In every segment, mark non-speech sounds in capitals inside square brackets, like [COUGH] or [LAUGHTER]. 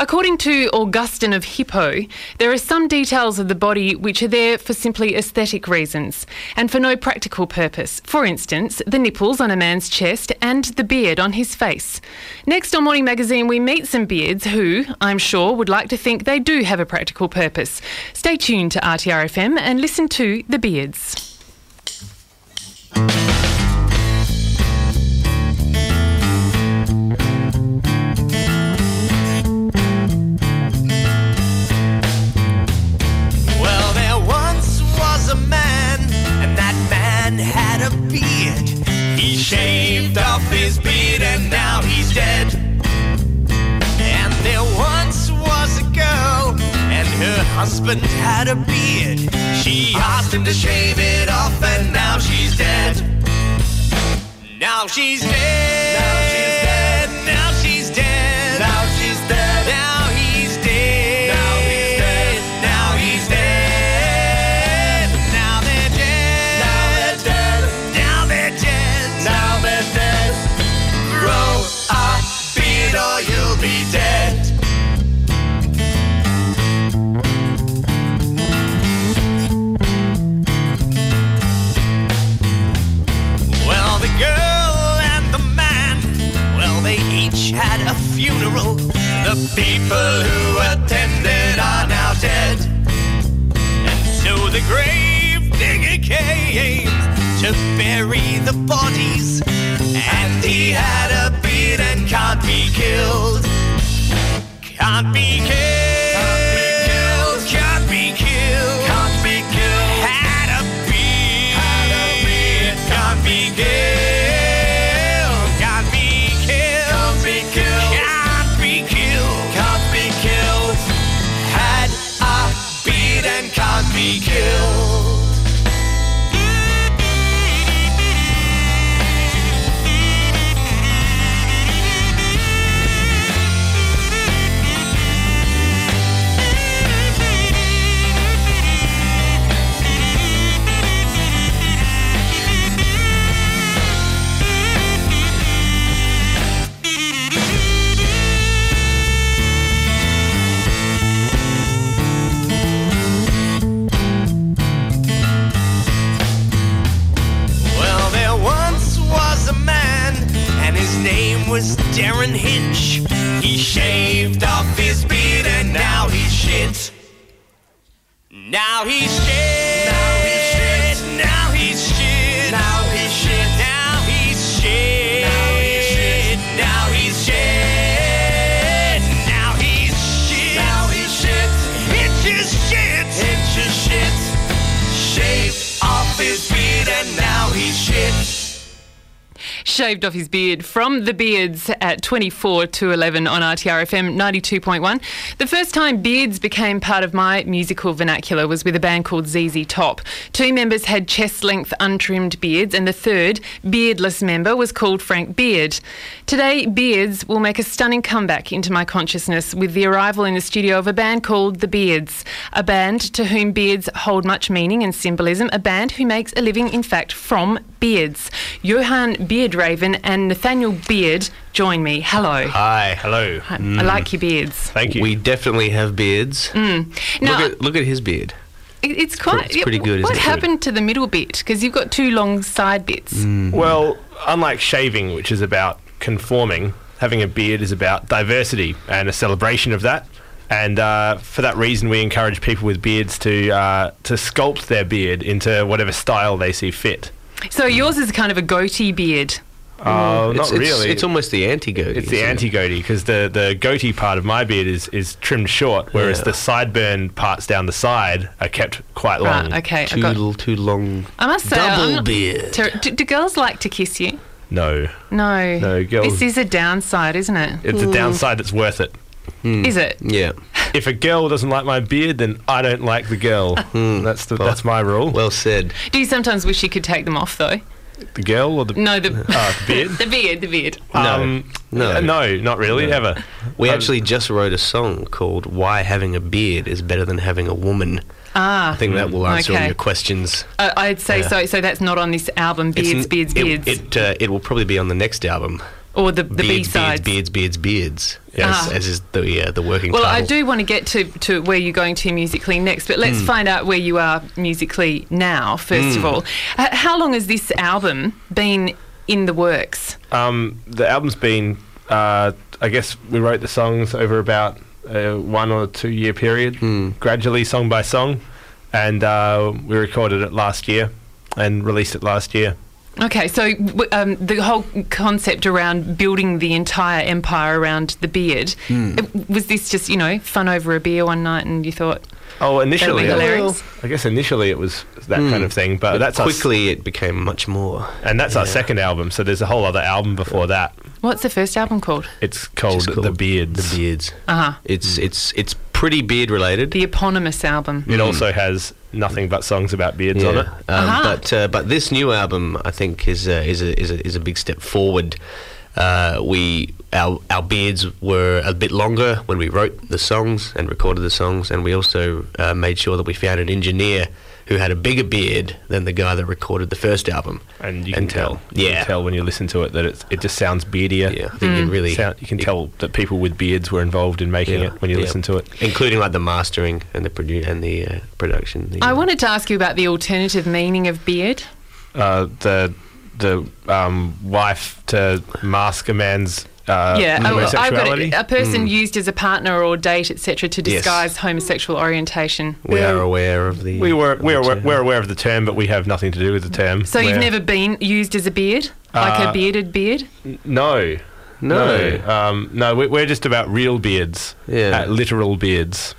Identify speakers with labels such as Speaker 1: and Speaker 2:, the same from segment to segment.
Speaker 1: According to Augustine of Hippo, there are some details of the body which are there for simply aesthetic reasons and for no practical purpose. For instance, the nipples on a man's chest and the beard on his face. Next on Morning Magazine, we meet some beards who, I'm sure, would like to think they do have a practical purpose. Stay tuned to RTRFM and listen to The Beards.
Speaker 2: Well, there once was a man, and that man had a beard. He shaved off his beard, and now he's dead. And there once was a girl, and her husband had a beard. She asked him to shave it off, and now she's dead. Now she's dead. Now she's dead. Now she's dead. Now she's dead. Now he's dead. Now he's dead. Now he's dead. Now they're dead. Now they're dead. Now they're dead. Now they're dead. Grow up, beard, or you'll be dead. Well, the girl and the man, well, they each had a funeral. The people who attended are now dead. And so the grave digger came to bury the bodies. And he had a beard and can't be killed. Can't be killed. Can't be killed. Can't be killed. Had a beard. Had a beard. Can't be killed. Can't be killed. Can't be killed. Can't be killed. Can't be killed. Had a beard and can't be killed. Well, there once was a man, and his name was Darren Hinch. He shaved off his beard, and now he's shit. Now he's shit. Now he's shit. Now he's shit. Now he's shit. Now he's shit. Now he's shit. Now he's shit. Now he's shit. Now he's shit. Hitch is shit. Hitch is shit. Shaved off his beard, and now he's shit.
Speaker 1: Shaved off his beard from the beards at 24 to 11 on RTRFM 92.1. The first time beards became part of my musical vernacular was with a band called ZZ Top. Two members had chest length untrimmed beards, and the third, beardless member, was called Frank Beard. Today, beards will make a stunning comeback into my consciousness with the arrival in the studio of a band called The Beards, a band to whom beards hold much meaning and symbolism, a band who makes a living, in fact, from beards. Johan Beardraven and Nathaniel Beard join me. Hello.
Speaker 3: Hi, hello.
Speaker 1: I-
Speaker 4: Mm.
Speaker 1: I like your beards.
Speaker 3: Thank you.
Speaker 4: We definitely have beards.
Speaker 1: Mm. Now,
Speaker 4: Look, at, look at his beard.
Speaker 1: it- it's quite.
Speaker 4: it's pretty good,
Speaker 1: What
Speaker 4: isn't it?
Speaker 1: happened to the middle bit? Because you've got two long side bits.
Speaker 4: Mm.
Speaker 3: well, unlike shaving, which is about conforming, having a beard is about diversity and a celebration of that. And uh, for that reason, we encourage people with beards to uh, to sculpt their beard into whatever style they see fit.
Speaker 1: So yours is kind of a goatee beard.
Speaker 3: Oh, not
Speaker 4: Mm. it's, it's-
Speaker 3: really.
Speaker 4: It's almost the anti-goatee.
Speaker 3: It's the anti goatee because the, the goatee part of my beard is, is trimmed short, whereas
Speaker 4: Yeah.
Speaker 3: the sideburn parts down the side are kept quite long.
Speaker 1: Ah, okay, I
Speaker 4: Too,
Speaker 1: got.
Speaker 4: little, too long.
Speaker 1: I must say, I'm
Speaker 4: double
Speaker 1: not-
Speaker 4: beard.
Speaker 1: Ter- do, do girls like to kiss you?
Speaker 3: No,
Speaker 1: No.
Speaker 3: No, girls-
Speaker 1: This is a downside, isn't it? Is
Speaker 3: it's
Speaker 4: Mm.
Speaker 3: a downside that's worth it.
Speaker 1: it?
Speaker 4: Yeah.
Speaker 3: if a girl doesn't like my beard, then I don't like the girl.
Speaker 4: [LAUGHS]
Speaker 3: that's the, that's my rule.
Speaker 4: Hmm. Well said.
Speaker 1: Do you sometimes wish you could take them off though?
Speaker 3: the girl or the,
Speaker 1: No,
Speaker 4: [LAUGHS]
Speaker 1: the
Speaker 3: uh,
Speaker 4: Ah,
Speaker 3: the beard?
Speaker 1: the beard, the beard.
Speaker 3: um,
Speaker 4: No.
Speaker 3: uh, no, not really.
Speaker 4: No.
Speaker 3: Ever.
Speaker 4: We
Speaker 3: Um,
Speaker 4: actually just wrote a song called "Why Having a Beard Is Better Than Having a Woman." I
Speaker 1: Ah,
Speaker 4: think
Speaker 3: Mm.
Speaker 4: that will answer
Speaker 1: okay.
Speaker 4: all your questions.
Speaker 1: I, I'd say
Speaker 4: Yeah.
Speaker 1: so. So that's not on this album.
Speaker 4: It's
Speaker 1: Beards,
Speaker 4: n-
Speaker 1: beards,
Speaker 4: it,
Speaker 1: beards.
Speaker 4: It uh, it will probably be on the next album.
Speaker 1: or the, the B
Speaker 4: beards, beards,
Speaker 1: sides.
Speaker 4: beards, beards, beards.
Speaker 1: Yes.
Speaker 4: As, as is the yeah, the working.
Speaker 1: Well, I
Speaker 4: title. Mm.
Speaker 1: do want to get to, to where you're going to musically next, but let's find out where you are musically now, first of all. H- how long has this album been in the works?
Speaker 3: Um, the album's been, uh, I guess we wrote the songs over about a one or two year period,
Speaker 4: Hmm.
Speaker 3: gradually, song by song. And uh, we recorded it last year and released it last year.
Speaker 1: Okay, so w- um, the whole concept around building the entire empire around the beard
Speaker 3: Hmm.
Speaker 1: it- was this just, you know, fun over a beer one night and you thought,
Speaker 3: Oh, initially,
Speaker 1: the
Speaker 3: it-
Speaker 1: lyrics.
Speaker 3: I guess initially it was that kind of thing, but, Oh, that's quickly,
Speaker 4: Hmm. quickly it became much more.
Speaker 3: and that's our second album. So there's a whole other album before that.
Speaker 1: what's the first album called?
Speaker 3: It's called,
Speaker 4: Just called
Speaker 3: The Beards.
Speaker 4: Oh, The beards.
Speaker 1: Uh huh.
Speaker 4: It's it's it's pretty beard related.
Speaker 1: The eponymous album.
Speaker 3: It
Speaker 4: Mm.
Speaker 3: also has nothing but songs about beards on it.
Speaker 4: Um,
Speaker 1: Aha.
Speaker 4: But uh, but this new album, I think, is a, is a, is a, is a big step forward. Uh, we our our beards were a bit longer when we wrote the songs and recorded the songs, and we also uh, made sure that we found an engineer who had a bigger beard than the guy that recorded the first album.
Speaker 3: And you can tell, you
Speaker 4: yeah,
Speaker 3: can tell when you listen to it that it's, it just sounds beardier.
Speaker 4: yeah. I think
Speaker 1: Mm.
Speaker 4: it really
Speaker 3: Sound, you can tell that people with beards were involved in making
Speaker 4: yeah,
Speaker 3: it when you
Speaker 4: yeah.
Speaker 3: listen to it.
Speaker 4: including like the mastering and the produ- and the uh, production. The,
Speaker 1: I wanted to ask you about the alternative meaning of beard.
Speaker 3: Uh, the the um, wife to mask a man's uh,
Speaker 1: yeah, I- I've got
Speaker 3: homosexuality.
Speaker 1: a, a person used as a partner or date, etc., to
Speaker 4: Yes.
Speaker 1: disguise homosexual orientation.
Speaker 4: we
Speaker 3: Yeah.
Speaker 4: are aware of the.
Speaker 3: we were
Speaker 4: of
Speaker 3: we
Speaker 4: the
Speaker 3: were
Speaker 4: term.
Speaker 3: we're aware of the term, but we have nothing to do with the term.
Speaker 1: So you've
Speaker 3: We're-
Speaker 1: never been used as a beard, like a
Speaker 3: Uh,
Speaker 1: bearded beard.
Speaker 3: no.
Speaker 4: No.
Speaker 3: um, no. we- We're just about real beards,
Speaker 4: Yeah.
Speaker 3: uh, literal beards,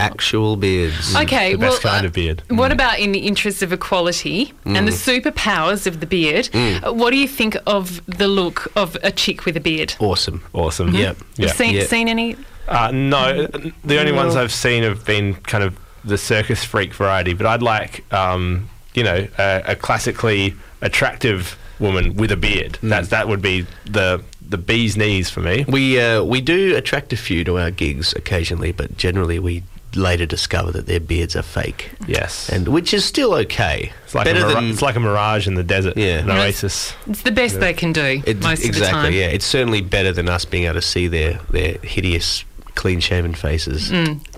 Speaker 4: actual beards.
Speaker 1: Okay,
Speaker 3: the
Speaker 1: well,
Speaker 3: best kind
Speaker 1: uh,
Speaker 3: of beard.
Speaker 4: Mm.
Speaker 1: what about in the interest of equality and the superpowers of the beard?
Speaker 4: Mm.
Speaker 1: Uh, What do you think of the look of a chick with a beard?
Speaker 4: Awesome.
Speaker 3: Awesome.
Speaker 4: Yep.
Speaker 3: Yeah.
Speaker 1: seen,
Speaker 4: Oh, yeah.
Speaker 1: seen any?
Speaker 3: Uh, no, the only ones I've seen have been kind of the circus freak variety, but I'd like, um, you know, a, a classically attractive woman with a beard.
Speaker 4: Mm.
Speaker 3: That that would be the the bee's knees for me.
Speaker 4: We uh, we do attract a few to our gigs occasionally, but generally we later discover that their beards are fake,
Speaker 3: Yes,
Speaker 4: and which is still okay.
Speaker 3: it's like a mira- it's like a mirage in the desert.
Speaker 4: Yeah.
Speaker 3: an oasis.
Speaker 1: It's the best they can do
Speaker 4: It-
Speaker 1: most
Speaker 4: exactly,
Speaker 1: of the time.
Speaker 4: yeah. It's certainly better than us being able to see their their hideous, clean shaven faces.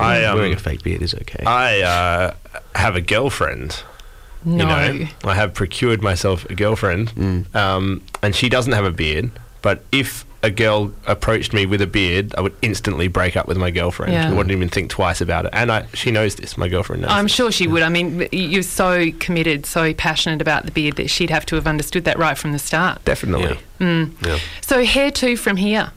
Speaker 3: I, um,
Speaker 4: wearing a fake beard is okay.
Speaker 3: I uh, have a girlfriend.
Speaker 1: No.
Speaker 3: You know, I have procured myself a girlfriend,
Speaker 4: Mm.
Speaker 3: um, and she doesn't have a beard. But if a girl approached me with a beard, I would instantly break up with my girlfriend.
Speaker 1: Yeah.
Speaker 3: I wouldn't even think twice about it. And I, she knows this. My girlfriend knows.
Speaker 1: I'm
Speaker 3: this.
Speaker 1: sure she would. I mean, y- you're so committed, so passionate about the beard that she'd have to have understood that right from the start.
Speaker 3: definitely.
Speaker 4: Yeah.
Speaker 1: So hair too from here.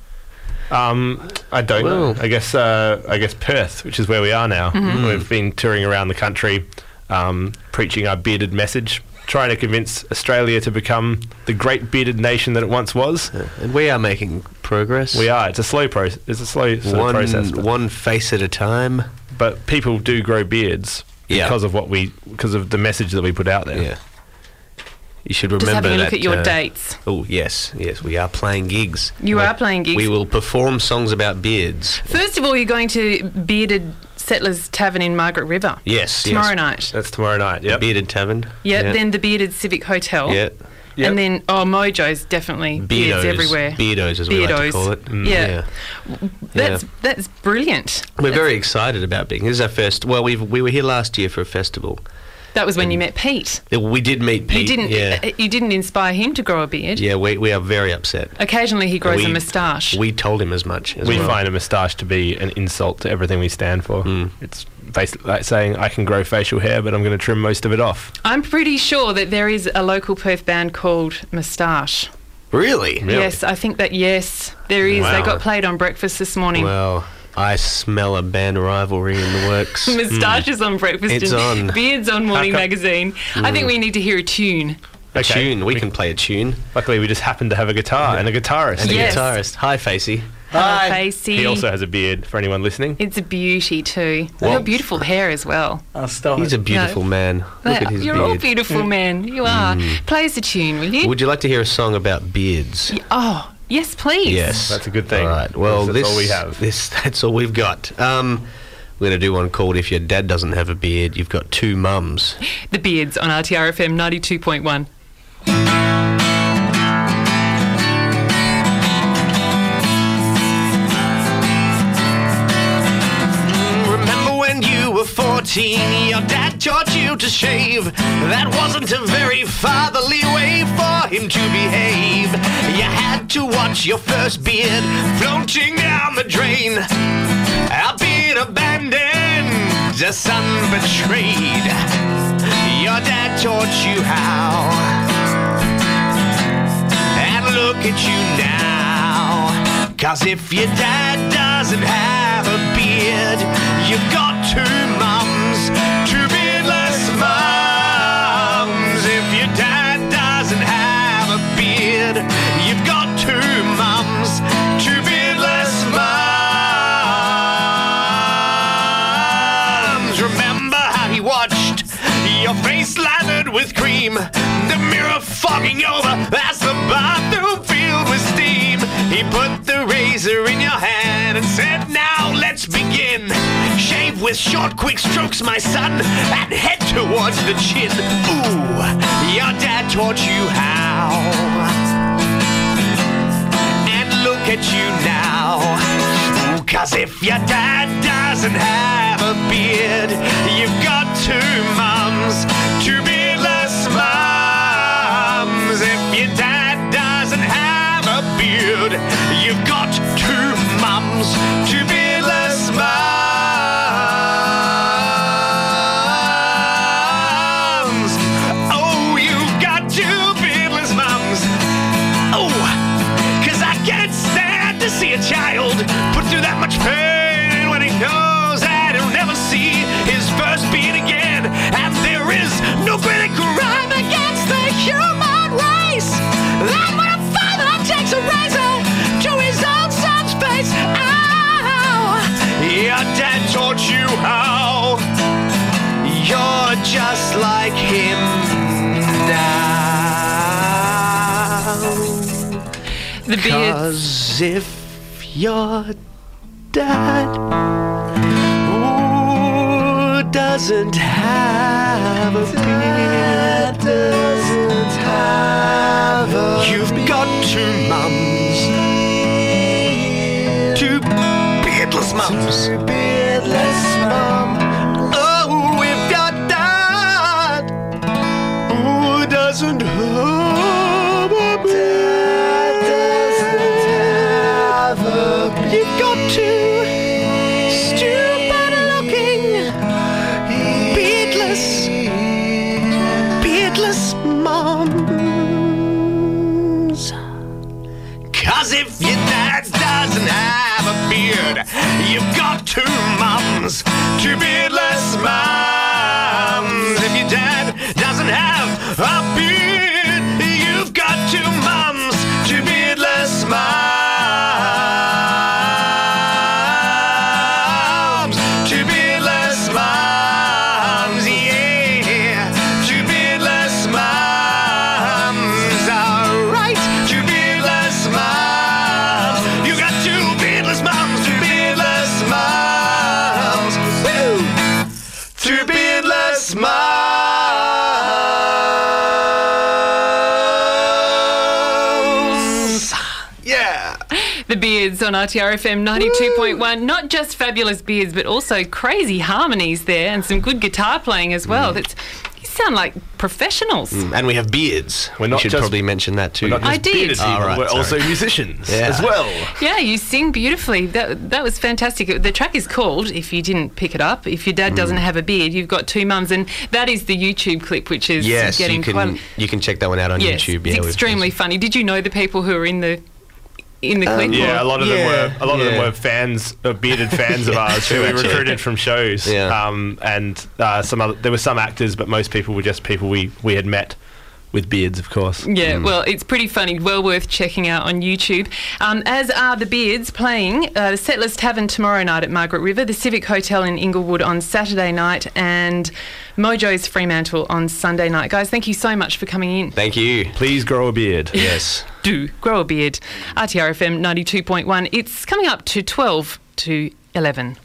Speaker 3: Um, I don't
Speaker 4: Well. Mm.
Speaker 3: know. I guess uh, I guess Perth, which is where we are now.
Speaker 1: Mm-hmm.
Speaker 3: We've been touring around the country, um, preaching our bearded message, trying to convince Australia to become the great bearded nation that it once was.
Speaker 4: And we are making progress.
Speaker 3: We are. It's a slow process. It's a slow sort
Speaker 4: one
Speaker 3: of process. But,
Speaker 4: one face at a time.
Speaker 3: but people do grow beards
Speaker 4: Yeah.
Speaker 3: because of what we because of the message that we put out there.
Speaker 4: Yeah. You should
Speaker 1: Just
Speaker 4: remember
Speaker 1: having a look
Speaker 4: that,
Speaker 1: at your
Speaker 4: uh,
Speaker 1: dates.
Speaker 4: Oh yes, yes, we are playing gigs.
Speaker 1: You are playing gigs.
Speaker 4: We will perform songs about beards.
Speaker 1: First of all, you're going to Bearded Settlers Tavern in Margaret River.
Speaker 4: Yes, Uh,
Speaker 1: Tomorrow
Speaker 4: yes.
Speaker 1: night.
Speaker 3: That's tomorrow night.
Speaker 4: The
Speaker 3: Yep.
Speaker 4: Bearded Tavern.
Speaker 1: Yeah, then the Bearded Civic Hotel.
Speaker 4: yeah.
Speaker 1: And then, oh, Mojo's definitely beards
Speaker 4: Beardos.
Speaker 1: everywhere.
Speaker 4: Beardos, as we like to
Speaker 1: Beardos.
Speaker 4: call it. Mm,
Speaker 1: Yeah. That's that's brilliant.
Speaker 4: We're very excited about being. This is our first. Well, we we were here last year for a festival.
Speaker 1: That was when you met Pete.
Speaker 4: We did meet
Speaker 1: You
Speaker 4: Pete.
Speaker 1: didn't uh,
Speaker 4: Yeah.
Speaker 1: you didn't inspire him to grow a beard.
Speaker 4: Yeah. We we are very upset.
Speaker 1: Occasionally he grows a
Speaker 4: We-
Speaker 1: moustache.
Speaker 4: We told him as much. As
Speaker 3: We
Speaker 4: well.
Speaker 3: find a moustache to be an insult to everything we stand for. It's basically like saying I can grow facial hair, but I'm going to trim most of it off.
Speaker 1: I'm pretty sure that there is a local Perth band called Moustache.
Speaker 4: really.
Speaker 3: Really?
Speaker 1: Yes, I think that yes, there is. They
Speaker 4: Wow.
Speaker 1: got played on breakfast this morning.
Speaker 4: Well, I smell a band rivalry in
Speaker 1: [LAUGHS]
Speaker 4: the
Speaker 1: [LAUGHS]
Speaker 4: works.
Speaker 1: Moustaches on breakfast
Speaker 4: hmm. It's
Speaker 1: and
Speaker 4: on.
Speaker 1: [LAUGHS]
Speaker 4: Mm.
Speaker 1: beards on morning
Speaker 4: [LAUGHS]
Speaker 3: come-
Speaker 1: magazine. I think we need to hear a tune.
Speaker 4: a
Speaker 3: Okay.
Speaker 4: tune. We, can play a tune.
Speaker 3: Luckily, we just happen to have a guitar and a guitarist.
Speaker 4: The
Speaker 1: Yeah. Yes.
Speaker 4: guitarist. Hi, Facey.
Speaker 1: Hi. Facey.
Speaker 3: He also has a beard. For anyone listening,
Speaker 1: It's a beauty too. You've got
Speaker 4: Well-
Speaker 1: beautiful hair as well.
Speaker 5: I'll stop.
Speaker 4: He's a beautiful man. Look at his
Speaker 1: You're all
Speaker 4: beard. Mm.
Speaker 1: beautiful men. You are. Play us a tune, will you?
Speaker 4: Would you like to hear a song about beards?
Speaker 1: oh, yes, please.
Speaker 4: Yes,
Speaker 3: That's a good thing,
Speaker 4: All right.
Speaker 3: because
Speaker 4: Well,
Speaker 3: that's
Speaker 4: this,
Speaker 3: all we have.
Speaker 4: This [LAUGHS] that's all we've got. Um, we're going to do one called "If Your Dad Doesn't Have a Beard, You've Got Two Mums."
Speaker 1: The Beards on RTRFM 92.1.
Speaker 4: were 14, your dad taught you to shave. That wasn't a very fatherly way for him to behave. You had to watch your first beard floating down the drain. I've been abandoned, the son betrayed. Your dad taught you how and look at you now. Cause if your dad doesn't have a beard, you've got two mums, two beardless mums. If your dad doesn't have a beard, you've got two mums, two beardless mums. Remember how he watched your face lathered with cream, the mirror fogging over as the bathroom filled with steam. He put the razor in your hand and said, Now let's begin. Shave with short, quick strokes, my son, and head towards the chin. Ooh, your dad taught you how and look at you now. Ooh, Cause if your dad doesn't have a beard, you've got two mums, two beardless mums. If your dad doesn't have a beard, you've got two mums, two beardless mums. Oh, you've got two beardless mums. Oh, cause I can't stand to see a child put through that much pain when he knows that he'll never see his first beat again. And there is no greater crime against the human race than when a father takes a razor to his own son's face. Ow! Your dad taught you how. You're just like him now.
Speaker 1: The beards.
Speaker 4: Cause if your dad ooh, doesn't have a beard, doesn't have a you've got two mums, two beardless mums, two beardless mums. Oh, if your dad who doesn't have a beard doesn't have a You've got two stupid looking beardless beardless moms Cause if your dad doesn't have a beard, you've got two mums, two beardless moms. If your dad doesn't have a beard, you've got two mums, two beardless moms, two beardless moms, yeah, two beardless moms. Alright, two beardless moms. You got two beardless moms, two beardless moms. Woo! Two beardless moms. Yeah.
Speaker 1: The Beards on RTRFM 92.1. Not just fabulous beards, but also crazy harmonies there and some good guitar playing as
Speaker 4: Mm.
Speaker 1: well. That's, you sound like professionals.
Speaker 6: And we have beards.
Speaker 3: We're
Speaker 6: We
Speaker 3: not
Speaker 6: should
Speaker 3: just-
Speaker 6: probably mention that too.
Speaker 3: We're not
Speaker 1: I
Speaker 3: just
Speaker 1: did.
Speaker 3: bearded people,
Speaker 6: Ah, right,
Speaker 3: we're
Speaker 6: sorry.
Speaker 3: also musicians
Speaker 6: Yeah.
Speaker 3: as well.
Speaker 4: Oh.
Speaker 1: Yeah, you sing beautifully. That, that was fantastic. The track is called, if you didn't pick it up, If Your
Speaker 4: Mm.
Speaker 1: Dad Doesn't Have a Beard, You've Got Two Mums. And that is the YouTube clip, which is
Speaker 6: yes,
Speaker 1: getting
Speaker 6: you can
Speaker 1: quite.
Speaker 6: you can check that one out on
Speaker 1: Yes,
Speaker 6: YouTube.
Speaker 1: it's
Speaker 6: we've-
Speaker 1: extremely funny. Did you know the people who are in the in the clip?
Speaker 3: Yeah,
Speaker 1: or-
Speaker 3: a lot of
Speaker 6: Yeah,
Speaker 3: them were a lot of them
Speaker 6: yeah.
Speaker 3: were fans, uh, bearded
Speaker 6: [LAUGHS]
Speaker 3: fans of ours who we
Speaker 6: actually.
Speaker 3: recruited from shows.
Speaker 6: Yeah.
Speaker 3: Um, and uh, some other, there were some actors, but most people were just people we, we had met with beards, of course.
Speaker 1: Yeah, well, it's pretty funny. Well worth checking out on YouTube. Um, as are the Beards playing uh, the Settlers Tavern tomorrow night at Margaret River, the Civic Hotel in Inglewood on Saturday night, and Mojo's Fremantle on Sunday night. Guys, thank you so much for coming in.
Speaker 6: Thank you.
Speaker 3: Please grow a beard.
Speaker 6: Yes.
Speaker 1: Do grow a beard. RTRFM 92.1. It's coming up to 12 to 11.